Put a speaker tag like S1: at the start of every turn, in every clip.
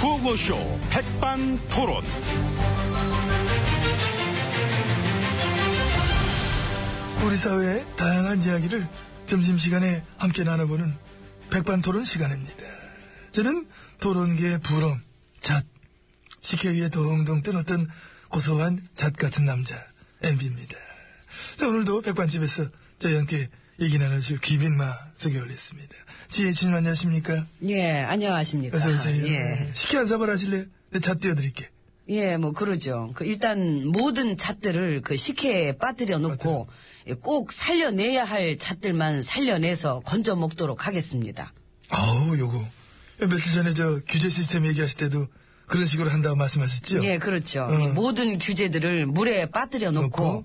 S1: 구호쇼 백반토론.
S2: 우리 사회의 다양한 이야기를 점심시간에 함께 나눠보는 백반토론 시간입니다. 저는 토론계의 부럼, 잣, 식혜 위에 동동 뜬 어떤 고소한 잣 같은 남자, MB입니다. 자, 오늘도 백반집에서 저희와 함께 얘기 나누실 귀빈마 소개 올렸습니다. 지혜진님 안녕하십니까?
S3: 예, 안녕하십니까.
S2: 어서오세요.
S3: 예.
S2: 식혜 한 사발 하실래요? 네, 잣 띄워드릴게.
S3: 예, 뭐, 그러죠. 그, 일단, 모든 잣들을 그 식혜에 빠뜨려 놓고, 예, 꼭 살려내야 할 잣들만 살려내서 건져 먹도록 하겠습니다.
S2: 아우, 요거. 며칠 전에 저 규제 시스템 얘기하실 때도 그런 식으로 한다고 말씀하셨죠?
S3: 예, 그렇죠.
S2: 어.
S3: 이 모든 규제들을 물에 빠뜨려 놓고,
S2: 놓고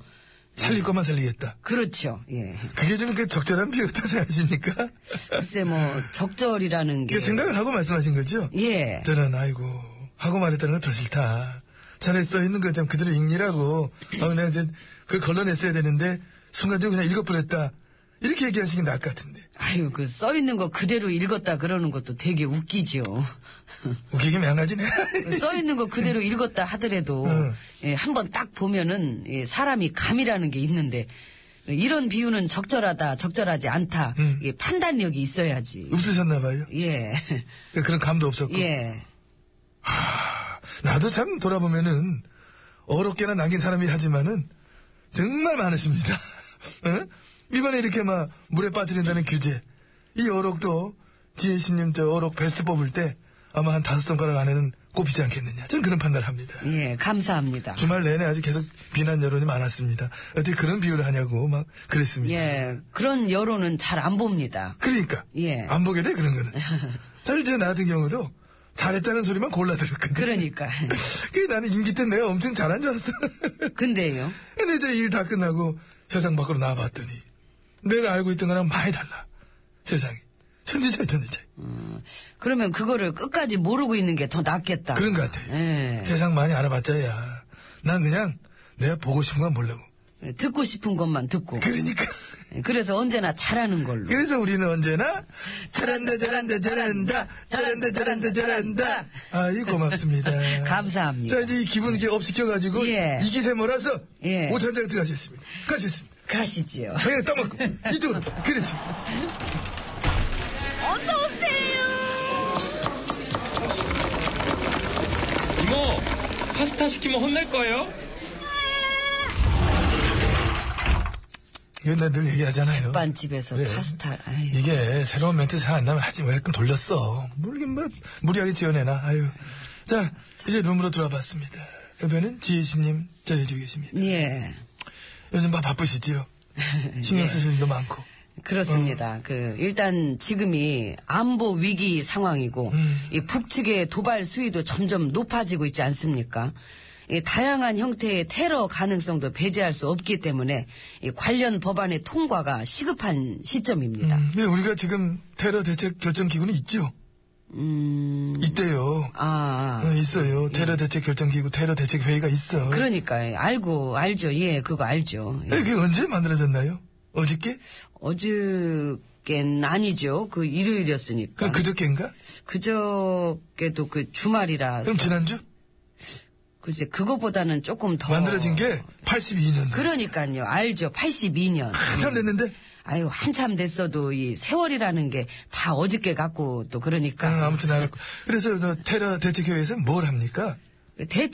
S2: 살릴 것만 살리겠다.
S3: 그렇죠. 예.
S2: 그게 좀 그 적절한 비유다 생각하십니까?
S3: 글쎄, 뭐, 적절이라는 게.
S2: 이게 생각을 하고 말씀하신 거죠?
S3: 예.
S2: 저는 아이고 하고 말했다는 건 더 싫다. 전에 써 있는 거 좀 그대로 읽느라고 아 내가 이제 그걸 걸러냈어야 되는데 순간적으로 그냥 읽어버렸다. 이렇게 얘기하시는 게 나을 것 같은데
S3: 아유, 그, 써 있는 거 그대로 읽었다 그러는 것도 되게 웃기죠.
S2: 웃기게 망가지네.
S3: 어, 써 있는 거 그대로 읽었다 하더라도
S2: 응.
S3: 예, 한번 딱 보면은 예, 사람이 감이라는 게 있는데 예, 이런 비유는 적절하다, 적절하지 않다.
S2: 응.
S3: 예, 판단력이 있어야지.
S2: 없으셨나 봐요. 그러니까
S3: 예,
S2: 그런 감도 없었고
S3: 예,
S2: 나도 참 돌아보면은 어렵게나 남긴 사람이 하지만은 정말 많으십니다. 어? 이번에 이렇게 막 물에 빠뜨린다는 규제 이 어록도 지혜씨님 저 어록 베스트 뽑을 때 아마 한 다섯 손가락 안에는 꼽히지 않겠느냐. 저는 그런 판단을 합니다.
S3: 예, 감사합니다.
S2: 주말 내내 아주 계속 비난 여론이 많았습니다. 어떻게 그런 비유를 하냐고 막 그랬습니다.
S3: 예, 그런 여론은 잘 안 봅니다.
S2: 그러니까
S3: 예.
S2: 안 보게 돼 그런 거는. 사실 저 나 같은 경우도 잘했다는 소리만 골라 들었거든.
S3: 그러니까.
S2: 그게 나는 임기 때 내가 엄청 잘한 줄 알았어.
S3: 근데요,
S2: 근데 이제 일 다 끝나고 세상 밖으로 나와봤더니 내가 알고 있던 거랑 많이 달라. 세상이. 천지차이 천지차이.
S3: 그러면 그거를 끝까지 모르고 있는 게 더 낫겠다.
S2: 그런 것 같아요.
S3: 예,
S2: 세상 많이 알아봤자야. 난 그냥 내가 보고 싶은 건 보려고.
S3: 듣고 싶은 것만 듣고.
S2: 그러니까.
S3: 예, 그래서 언제나 잘하는 걸로.
S2: 그래서 우리는 언제나 잘한다 잘한다 잘한다 잘한다 잘한다 잘한다 아이 고맙습니다
S3: 감사합니다.
S2: 자 이제 이 기분 이렇게 업시켜가지고
S3: 예.
S2: 이기세 몰아서
S3: 예.
S2: 오천장 들어가셨습니다 가셨습니다
S3: 가시지요.
S2: 당연히 떠먹고 이쪽으로 그렇지
S4: 이모, 파스타 시키면 혼날 거예요?
S2: 이건 나늘 얘기하잖아요
S3: 반집에서
S2: 그래요.
S3: 파스타. 아유.
S2: 이게 새로운 멘트 잘 안 나면 하지 왜 약간 돌렸어. 모르긴 뭐 무리하게 지어내나. 아유. 자 이제 룸으로 돌아봤습니다. 옆에는 지혜씨님 자리해주고 계십니다.
S3: 예.
S2: 요즘 막 바쁘시지요? 신경 쓰실 일도 많고.
S3: 그렇습니다.
S2: 어.
S3: 그 일단 지금이 안보 위기 상황이고
S2: 음.
S3: 이 북측의 도발 수위도 점점 높아지고 있지 않습니까? 이 다양한 형태의 테러 가능성도 배제할 수 없기 때문에 이 관련 법안의 통과가 시급한 시점입니다. 음.
S2: 근데 우리가 지금 테러 대책 결정 기구는 있죠? 음. 있대요.
S3: 음, 아,
S2: 어, 있어요. 테러 대책 결정 기구, 테러 대책 회의가 있어.
S3: 그러니까 예, 알고 알죠. 예, 그거 알죠. 예.
S2: 이게 언제 만들어졌나요? 어저께?
S3: 어저께는 아니죠. 그 일요일이었으니까.
S2: 그럼 그저께인가?
S3: 그저께도 그 주말이라.
S2: 그럼 지난주?
S3: 어. 글쎄, 그거보다는 조금 더.
S2: 만들어진 게 82년.
S3: 그러니까요, 알죠. 82년.
S2: 아,
S3: 음.
S2: 한참 됐는데?
S3: 아유, 한참 됐어도 이 세월이라는 게 다 어저께 같고 또
S2: 아,
S3: 그러니까.
S2: 아무튼 알았고. 그래서 저 테러 대책회의에서는 뭘 합니까?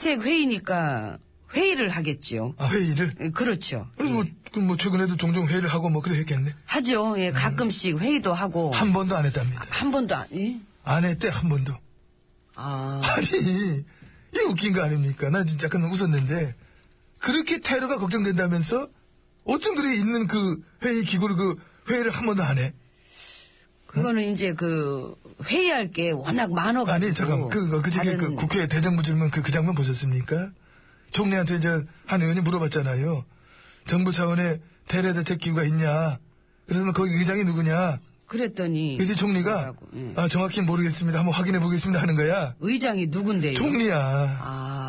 S3: 대책회의니까 회의를 하겠지요.
S2: 아, 회의를?
S3: 예, 그렇죠.
S2: 그럼 뭐, 그럼 뭐 최근에도 종종 회의를 하고 뭐 그래 했겠네.
S3: 하죠. 예, 가끔씩 회의도 하고.
S2: 한 번도 안 했답니다.
S3: 한 번도 안, 예?
S2: 안 했대, 한 번도.
S3: 아.
S2: 아니, 이게 웃긴 거 아닙니까? 나 진짜 약간 웃었는데. 그렇게 테러가 걱정된다면서 어쩜 그래 있는 그 회의 기구를 그 회의를 한 번도 안 해?
S3: 그거는 이제 그, 회의할 게 워낙 많아가지고.
S2: 아니, 잠깐, 그, 그, 그저께
S3: 어, 다른-
S2: 그 국회 대정부 질문 그, 그 장면 보셨습니까? 총리한테 이제 한 의원이 물어봤잖아요. 정부 차원의 테러대책 기구가 있냐? 그러면 거기 의장이 누구냐?
S3: 예, 그랬더니.
S2: 그래서 총리가,
S3: 뭐라고, 예.
S2: 아, 정확히 모르겠습니다. 한번 확인해 보겠습니다 하는 거야.
S3: 의장이 누군데요?
S2: 총리야.
S3: 예. 아,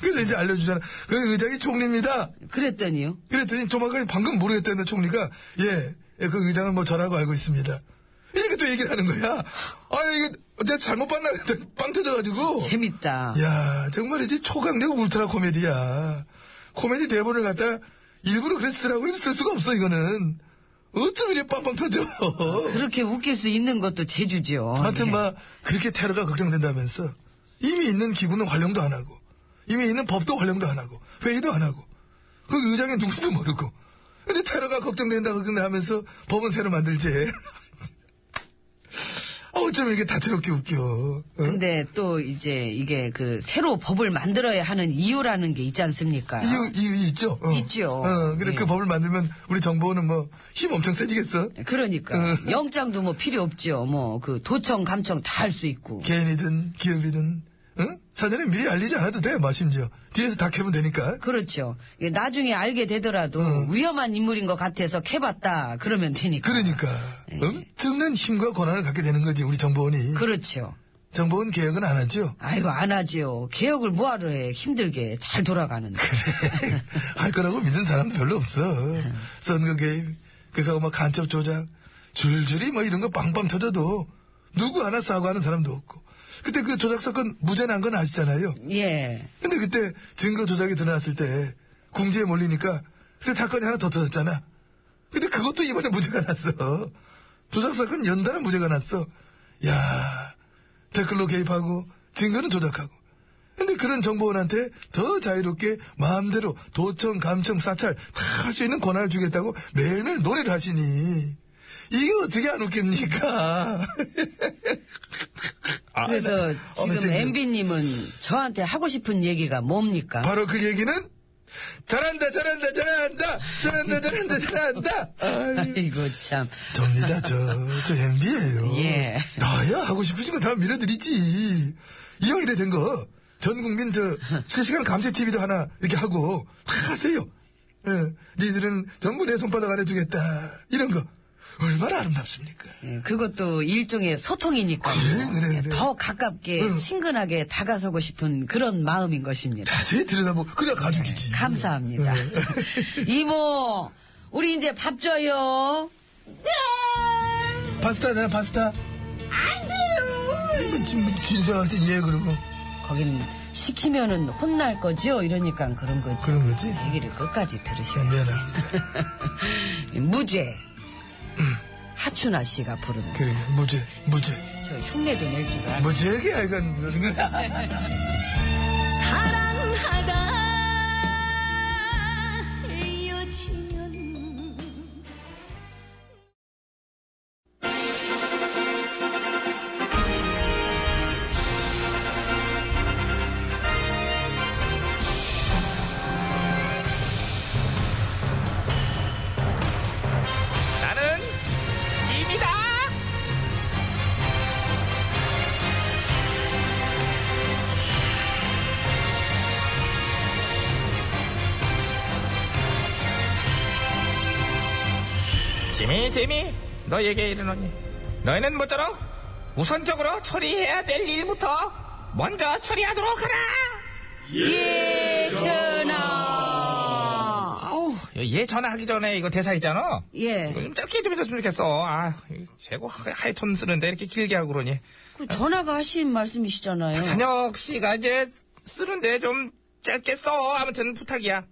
S2: 그래서 이제 알려주잖아. 그 의장이 총리입니다.
S3: 그랬더니요.
S2: 그랬더니 조만간 방금 모르겠다는 총리가, 예, 예, 그 의장은 뭐 저라고 알고 있습니다. 이렇게 또 식으로 얘기를 하는 거야. 아니, 이게 내가 잘못 봤나 했더니 빵 터져가지고.
S3: 재밌다.
S2: 야 정말이지 초강력 울트라 코미디야. 코미디 대본을 갖다 일부러 그래 쓰라고 해도 쓸 수가 없어, 이거는. 어쩜 이리 빵빵 터져.
S3: 그렇게 웃길 수 있는 것도 재주죠.
S2: 하여튼 뭐,
S3: 예.
S2: 막 그렇게 테러가 걱정된다면서 이미 있는 기구는 활용도 안 하고 이미 있는 법도 활용도 안 하고 회의도 안 하고 그 의장이 누군지도 모르고 근데 테러가 걱정된다 걱정된다 하면서 법은 새로 만들지 아, 어쩜 이렇게 다채롭게 웃겨 어?
S3: 근데 또 이제 이게 그 새로 법을 만들어야 하는 이유라는 게 있지 않습니까?
S2: 이유, 이유 있죠? 어.
S3: 있죠.
S2: 어, 근데
S3: 예.
S2: 그 법을 만들면 우리 정보는 뭐 힘 엄청 세지겠어?
S3: 그러니까 영장도 뭐 필요 없죠. 뭐 그 도청 감청 다 할 수 있고.
S2: 개인이든 기업이든 어? 사전에 미리 알리지 않아도 돼, 마 심지어 뒤에서 다 캐면 되니까
S3: 그렇죠. 이게 나중에 알게 되더라도 위험한 인물인 것 같아서 캐봤다 그러면 되니까.
S2: 그러니까 엄청난 힘과 권한을 갖게 되는 거지 우리 정보원이
S3: 예. 그렇죠.
S2: 정보원 개혁은 안 하죠
S3: 아이고 안 하지요. 개혁을 뭐하러 해. 힘들게 잘 돌아가는데.
S2: 할 거라고 믿은 사람도 별로 없어 선거 개입 그래서 막 간첩 조작 줄줄이 뭐 이런 거 빵빵 터져도 누구 하나 사과하는 사람도 없고 그때 그 조작 사건 무죄 난 건 아시잖아요
S3: 예.
S2: 근데 그때 증거 조작이 드러났을 때 궁지에 몰리니까 그때 사건이 하나 더 터졌잖아. 근데 그것도 이번에 무죄가 났어. 조작 사건 연달아 무죄가 났어. 야 댓글로 개입하고 증거는 조작하고. 근데 그런 정보원한테 더 자유롭게 마음대로 도청, 감청, 사찰 다 할 수 있는 권한을 주겠다고 매일매일 노래를 하시니 이게 어떻게 안 웃깁니까? 아,
S3: 그래서
S2: 나- 어, 나
S3: 지금
S2: 땡겨.
S3: MB님은 저한테 하고 싶은 얘기가 뭡니까?
S2: 바로 그 얘기는 잘한다 잘한다 잘한다 잘한다 잘한다 잘한다 아유.
S3: 아이고 참.
S2: 접니다 저저 MB예요
S3: 예.
S2: 나야 하고 싶으신 거 다 밀어드리지 이왕 이래 된 거 전 국민 저 실시간 감세 TV도 하나 이렇게 하고 확 하세요 예, 니들은 전부 내 손바닥 안에 두겠다 이런 거 얼마나 아름답습니까
S3: 예, 그것도 일종의 소통이니까 예,
S2: 그래, 그래, 그래.
S3: 더 가깝게
S2: 응.
S3: 친근하게 다가서고 싶은 그런 마음인 것입니다.
S2: 자세히 들여다보고 그래야 가족이지
S3: 네,
S2: 예.
S3: 감사합니다. 이모, 우리 이제 밥 줘요. 네!
S2: 파스타 나 파스타 안돼요 지금 진사할 때 예 그러고
S3: 거긴 시키면은 혼날 거죠. 이러니까 그런 거지.
S2: 그런 거지
S3: 얘기를 끝까지 들으셔야지.
S2: 미안합니다
S3: 무죄. 하춘아 씨가 부르는
S2: 그래 무죄 무죄
S3: 저 흉내도 낼 줄 알고.
S2: 무죄게 하여간 그런 거야
S5: 사랑하다 헤어지면
S1: 나는 짐이다.
S6: 지미 지미 너에게 이르노니 너희는 모쪼록 우선적으로 처리해야 될 일부터 먼저 처리하도록 하라
S3: 예, 전하.
S6: 아우 얘 전화하기 전에 이거 대사 있잖아
S3: 예.
S6: 이거 좀 짧게 좀 해줬으면 좋겠어 아 이거 제고 하- 하이톤 쓰는데 이렇게 길게 하고 그러니
S3: 그 전화가 하신 말씀이시잖아요.
S6: 찬혁 씨가 이제 쓰는데 좀 짧게 써 아무튼 부탁이야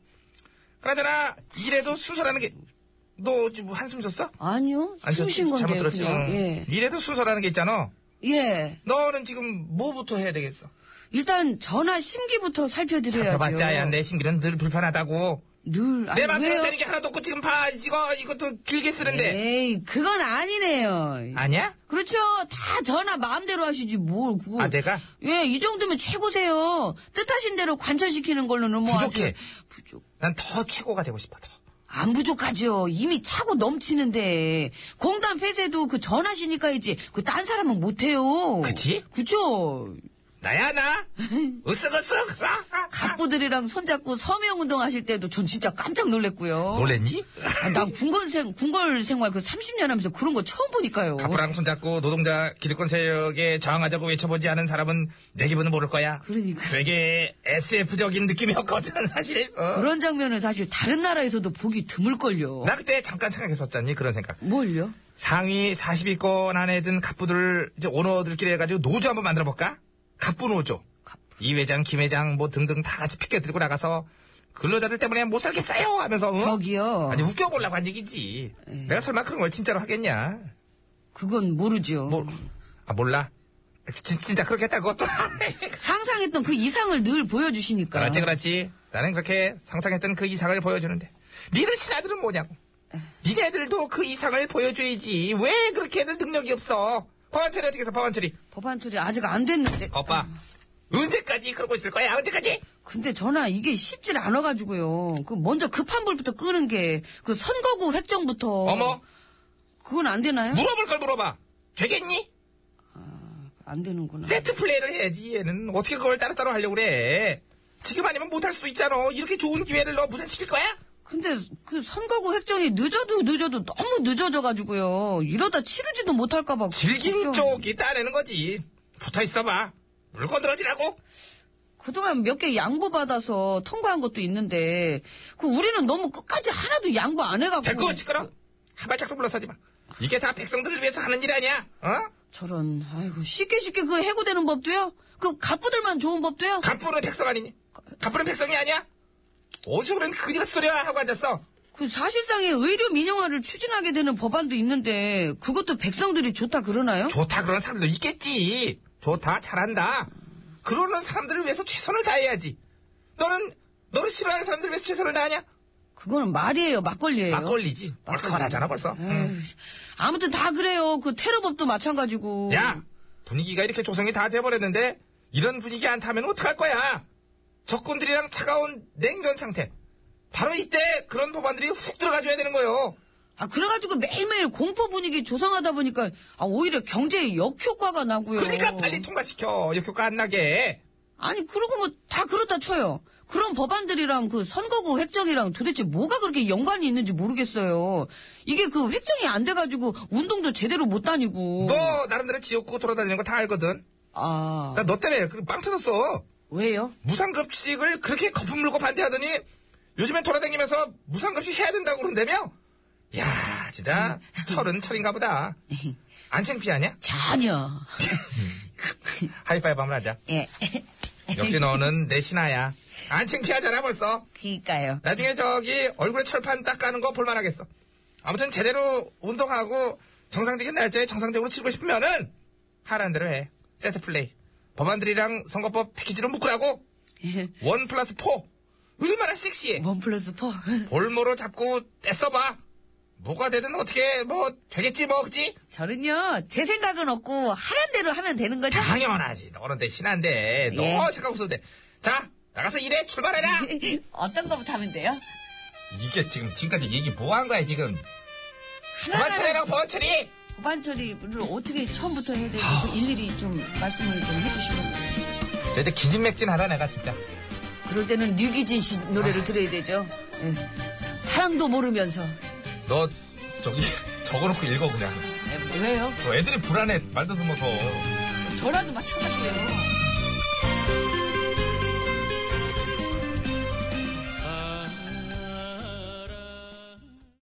S6: 그러잖아 이래도 순서라는 게너 지금 뭐 한숨 쉬었어?
S3: 아니요.
S6: 아니, 저
S3: 숨쉰
S6: 잘못
S3: 건데요.
S6: 들었지.
S3: 그냥.
S6: 응.
S3: 예.
S6: 이래도 순서라는 게 있잖아.
S3: 예.
S6: 너는 지금 뭐부터 해야 되겠어?
S3: 일단 전화 심기부터 살펴드려야죠.
S6: 잡혀봤자야 내 심기는 늘 불편하다고.
S3: 늘. 아니,
S6: 내 맘대로
S3: 왜요? 네.
S6: 되는 게 하나도 없고 지금 봐 이거 이것도 길게 쓰는데
S3: 에이, 그건 아니네요.
S6: 아니야?
S3: 그렇죠. 다 전화 마음대로 하시지 뭘 그거.
S6: 아, 내가?
S3: 예, 이 정도면 최고세요. 뜻하신 대로 관철시키는 걸로는 뭐
S6: 부족해.
S3: 아주- 부족.
S6: 난 더 최고가 되고 싶어 더.
S3: 안 부족하죠. 이미 차고 넘치는데 공단 폐쇄도 그 전하시니까 했지. 그 딴 사람은 못해요.
S6: 그치?
S3: 그죠.
S6: 나야 나 으쓱으쓱 아, 아.
S3: 갑부들이랑 손잡고 서명운동 하실 때도 전 진짜 깜짝 놀랬고요.
S6: 놀랬니?
S3: 아, 난 군걸생, 군걸 생활 그 30년 하면서 그런 거 처음 보니까요.
S6: 가프랑 손잡고 노동자 기득권 세력에 저항하자고 외쳐보지 않은 사람은 내 기분은 모를 거야.
S3: 그러니까.
S6: 되게 SF적인 느낌이었거든 사실. 어.
S3: 그런 장면을 사실 다른 나라에서도 보기 드물걸요.
S6: 나 그때 잠깐 생각했었잖니 그런 생각.
S3: 뭘요?
S6: 상위 40위권 안에 든 갑부들 이제 오너들끼리 해가지고 노조 한번 만들어 볼까? 갑부 노조. 이 회장, 김 회장 뭐 등등 다 같이 피켓 들고 나가서 근로자들 때문에 못 살겠어요 하면서 응?
S3: 저기요. 예.
S6: 아니 웃겨보려고 한 얘기지. 내가 설마 그런 걸 진짜로 하겠냐?
S3: 그건 모르죠.
S6: 뭐, 아 몰라. 진, 진짜 그렇게 했다 그것도.
S3: 상상했던 그 이상을 늘 보여주시니까.
S6: 그렇지 그렇지. 나는 그렇게 상상했던 그 이상을 보여주는데 니들 신하들은 뭐냐고. 니네들도 그 이상을 보여줘야지. 왜 그렇게 애들 능력이 없어? 법안 처리 어떻게 해서 법안 처리?
S3: 법안 처리 아직 안 됐는데.
S6: 거봐. 언제까지 그러고 있을 거야? 언제까지?
S3: 근데 전화 이게 쉽질 않아가지고요. 그 먼저 급한 불부터 끄는 게 그 선거구 획정부터.
S6: 어. 머 뭐?
S3: 그건 안 되나요?
S6: 물어볼 걸 물어봐. 되겠니?
S3: 안 되는구나.
S6: 세트 플레이를 해야지 얘는 어떻게 그걸 따로따로 하려고 그래? 지금 아니면 못할 수도 있잖아. 이렇게 좋은 기회를 너 무산시킬 거야?
S3: 근데 그 선거구 획정이 늦어도 늦어도 너무 늦어져가지고요. 이러다 치르지도 못할까봐. 그
S6: 길긴
S3: 걱정.
S6: 쪽이 따내는 거지. 붙어 있어봐. 물건 들어지라고.
S3: 그동안 몇 개 양보받아서 통과한 것도 있는데, 그 우리는 너무 끝까지 하나도 양보 안 해갖고.
S6: 됐고 시끄러. 한 발짝도 물러서지 마. 이게 다 백성들을 위해서 하는 일 아니야? 어?
S3: 저런, 아이고, 쉽게 쉽게 그 해고되는 법도요? 그 갑부들만 좋은 법도요?
S6: 갑부는 백성 아니니? 갑부는 백성이 아니야? 어디서 그런 그지 같은 소리야 하고 앉았어.
S3: 그 사실상의 의료 민영화를 추진하게 되는 법안도 있는데, 그것도 백성들이 좋다 그러나요?
S6: 좋다 그런 사람도 있겠지. 좋다 잘한다. 그러는 사람들을 위해서 최선을 다해야지. 너는 너를 싫어하는 사람들 을 위해서 최선을 다하냐?
S3: 그거는 말이에요, 막걸리예요.
S6: 막걸리지. 음. 얼큰하잖아 벌써. 응.
S3: 에휴, 아무튼 다 그래요. 그 테러법도 마찬가지고.
S6: 야 분위기가 이렇게 조성이 다 돼버렸는데 이런 분위기 안 타면 어떡할 거야? 적군들이랑 차가운 냉전 상태. 바로 이때 그런 법안들이 훅 들어가줘야 되는 거요.
S3: 아, 그래가지고 매일매일 공포 분위기 조성하다 보니까, 아, 오히려 경제에 역효과가 나고요.
S6: 그러니까 빨리 통과시켜. 역효과 안 나게.
S3: 아니 그러고 뭐 다 그렇다 쳐요. 그런 법안들이랑 그 선거구 획정이랑 도대체 뭐가 그렇게 연관이 있는지 모르겠어요. 이게 그 획정이 안 돼가지고 운동도 제대로 못 다니고.
S6: 너 나름대로 지옥구 돌아다니는 거 다 알거든.
S3: 아
S6: 나 너 때문에 그빵 터졌어.
S3: 왜요?
S6: 무상급식을 그렇게 거품 물고 반대하더니 요즘엔 돌아다니면서 무상급식 해야 된다고 그런다며? 야 진짜 철은 철인가 보다. 안 창피하냐?
S3: 전혀.
S6: 하이파이브 한번 하자.
S3: 예.
S6: 역시 너는 내 신하야. 안 창피하잖아 벌써.
S3: 그니까요.
S6: 나중에 저기 얼굴에 철판 닦아는 거 볼만하겠어. 아무튼 제대로 운동하고 정상적인 날짜에 정상적으로 치르고 싶으면은 하라는 대로 해. 세트 플레이. 법안들이랑 선거법 패키지로 묶으라고. 원 플러스 포. 얼마나 섹시해.
S3: 원 플러스 포.
S6: 볼모로 잡고 떼써봐. 뭐가 되든 어떻게 뭐 되겠지 뭐 그지?
S3: 저는요 제 생각은 없고 하란 대로 하면 되는 거죠?
S6: 당연하지. 너는 내 신한데 너
S3: 예.
S6: 생각 없어도 돼. 자 나가서 일해 출발해라.
S3: 어떤 거부터 하면 돼요?
S6: 이게 지금 지금까지 얘기 뭐 한 거야 지금?
S3: 하나하나
S6: 버처리라고 버처리.
S3: 법안 처리를 어떻게 처음부터 해야 될지 그 일일이 좀 말씀을 좀 해주시면.
S6: 진짜 기진맥진하다 내가 진짜.
S3: 그럴 때는 류기진 씨 노래를 들어야 되죠. 예. 사랑도 모르면서.
S6: 너 저기 적어놓고 읽어 그냥.
S3: 왜요?
S6: 너 애들이 불안해 말도 듣면서.
S3: 저라도 마찬가지예요.